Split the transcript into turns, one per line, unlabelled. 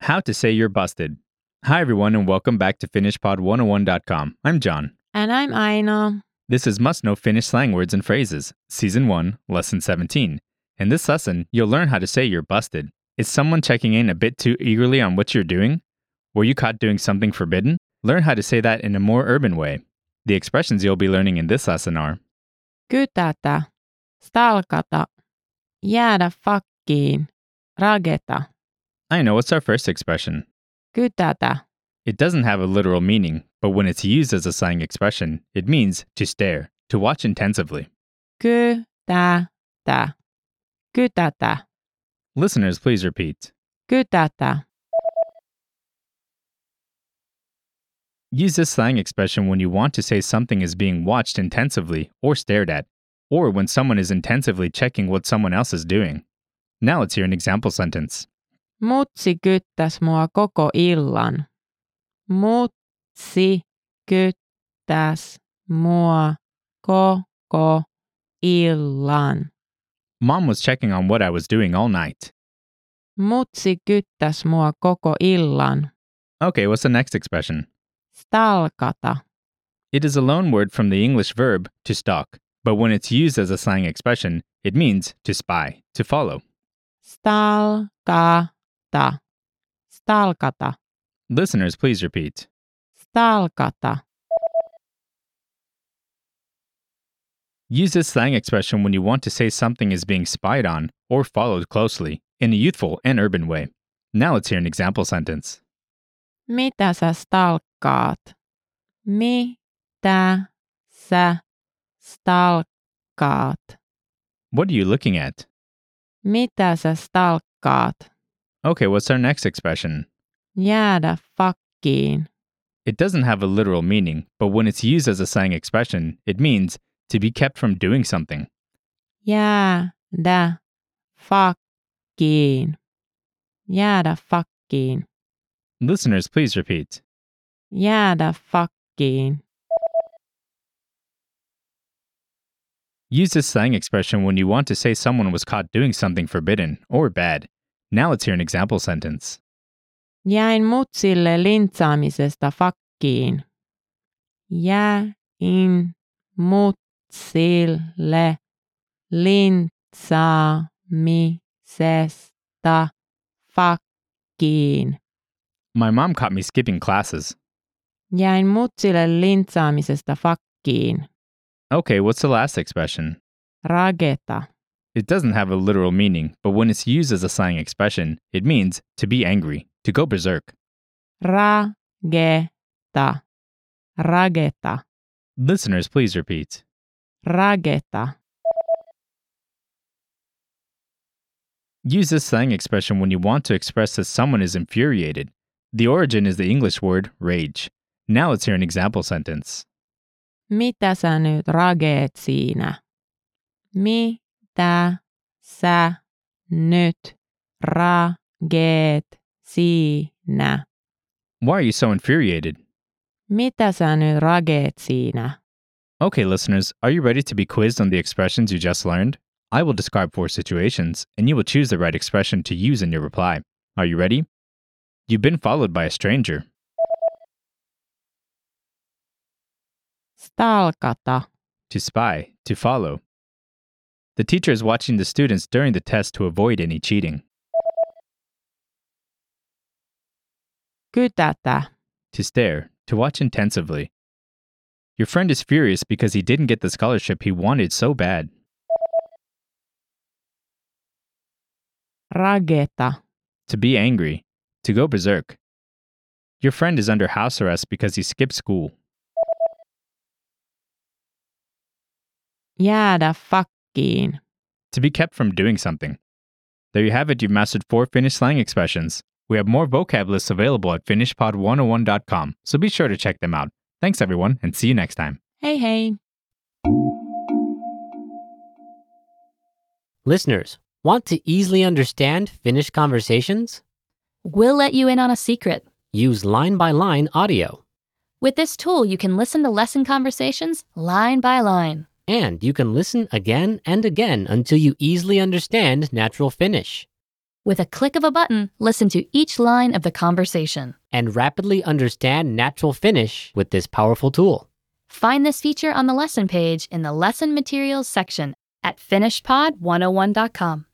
How to say you're busted. Hi, everyone, and welcome back to FinishPod101.com. I'm John.
And I'm Aina.
This is Must Know Finnish Slang Words and Phrases, Season 1, Lesson 17. In this lesson, you'll learn how to say you're busted. Is someone checking in a bit too eagerly on what you're doing? Were you caught doing something forbidden? Learn how to say that in a more urban way. The expressions you'll be learning in this lesson are
Kytätä, stalkata, jäädä fakkiin, rageta,
I know what's our first expression.
kytätä,
It doesn't have a literal meaning, but when it's used as a slang expression, it means to stare, to watch intensively.
kytätä, kytätä,
Listeners, please repeat.
kytätä,
Use this slang expression when you want to say something is being watched intensively or stared at, or when someone is intensively checking what someone else is doing. Now let's hear an example sentence.
mutsi kyttäs mua koko illan. Mutsi kyttäs mua koko illan.
Mom was checking on what I was doing all night.
Mutsi kyttäs mua koko illan.
Okay, what's the next expression?
Stalkata,
It is a loan word from the English verb to stalk, but when it's used as a slang expression, it means to spy, to follow.
stalkata, stalkata,
Listeners, please repeat.
stalkata,
Use this slang expression when you want to say something is being spied on or followed closely in a youthful and urban way. Now let's hear an example sentence.
Mitä sä stalkkaat? Mitä sä stalkkaat?
What are you looking at?
Mitä sä stalkkaat?
Okay, what's our next expression?
Jäädä fakkiin.
It doesn't have a literal meaning, but when it's used as a slang expression, it means to be kept from doing something.
Jäädä fakkiin. Jäädä fakkiin.
Listeners, please repeat.
Jäädä fakkiin.
Use this slang expression when you want to say someone was caught doing something forbidden or bad. Now let's hear an example sentence.
Jäin mutsille lintsaamisesta fakkiin. Jäin mutsille lintsaamisesta fakkiin.
My mom caught me skipping classes.
Jäin mutsille lintsaamisesta fakkiin.
Okay, what's the last expression?
Rageta,
It doesn't have a literal meaning, but when it's used as a slang expression, it means to be angry, to go berserk.
rageta, rageta,
Listeners, please repeat.
rageta,
Use this slang expression when you want to express that someone is infuriated. The origin is the English word rage. Now let's hear an example sentence.
Mitä sä nyt rageet siinä? Mitä sä nyt rageet siinä?
Why are you so infuriated?
Mitä sä nyt rageet siinä?
Okay, listeners, are you ready to be quizzed on the expressions you just learned? I will describe four situations, and you will choose the right expression to use in your reply. Are you ready? You've been followed by a stranger.
Stalkata,
to spy, to follow. The teacher is watching the students during the test to avoid any cheating.
kytätä,
To stare, to watch intensively. Your friend is furious because he didn't get the scholarship he wanted so bad.
rageta,
To be angry, to go berserk. Your friend is under house arrest because he skipped school.
jäädä fakkiin.
To be kept from doing something. There you have it, you've mastered four Finnish slang expressions. We have more vocab lists available at FinishPod101.com, so be sure to check them out. Thanks, everyone, and see you next time.
Hei hei!
Listeners, want to easily understand Finnish conversations?
We'll let you in on a secret.
Use line by line audio.
With this tool, you can listen to lesson conversations line by line.
And you can listen again and again until you easily understand natural Finnish.
With a click of a button, listen to each line of the conversation.
and rapidly understand natural Finnish with this powerful tool.
Find this oh feature on the lesson page in the lesson materials section at finishpod101.com.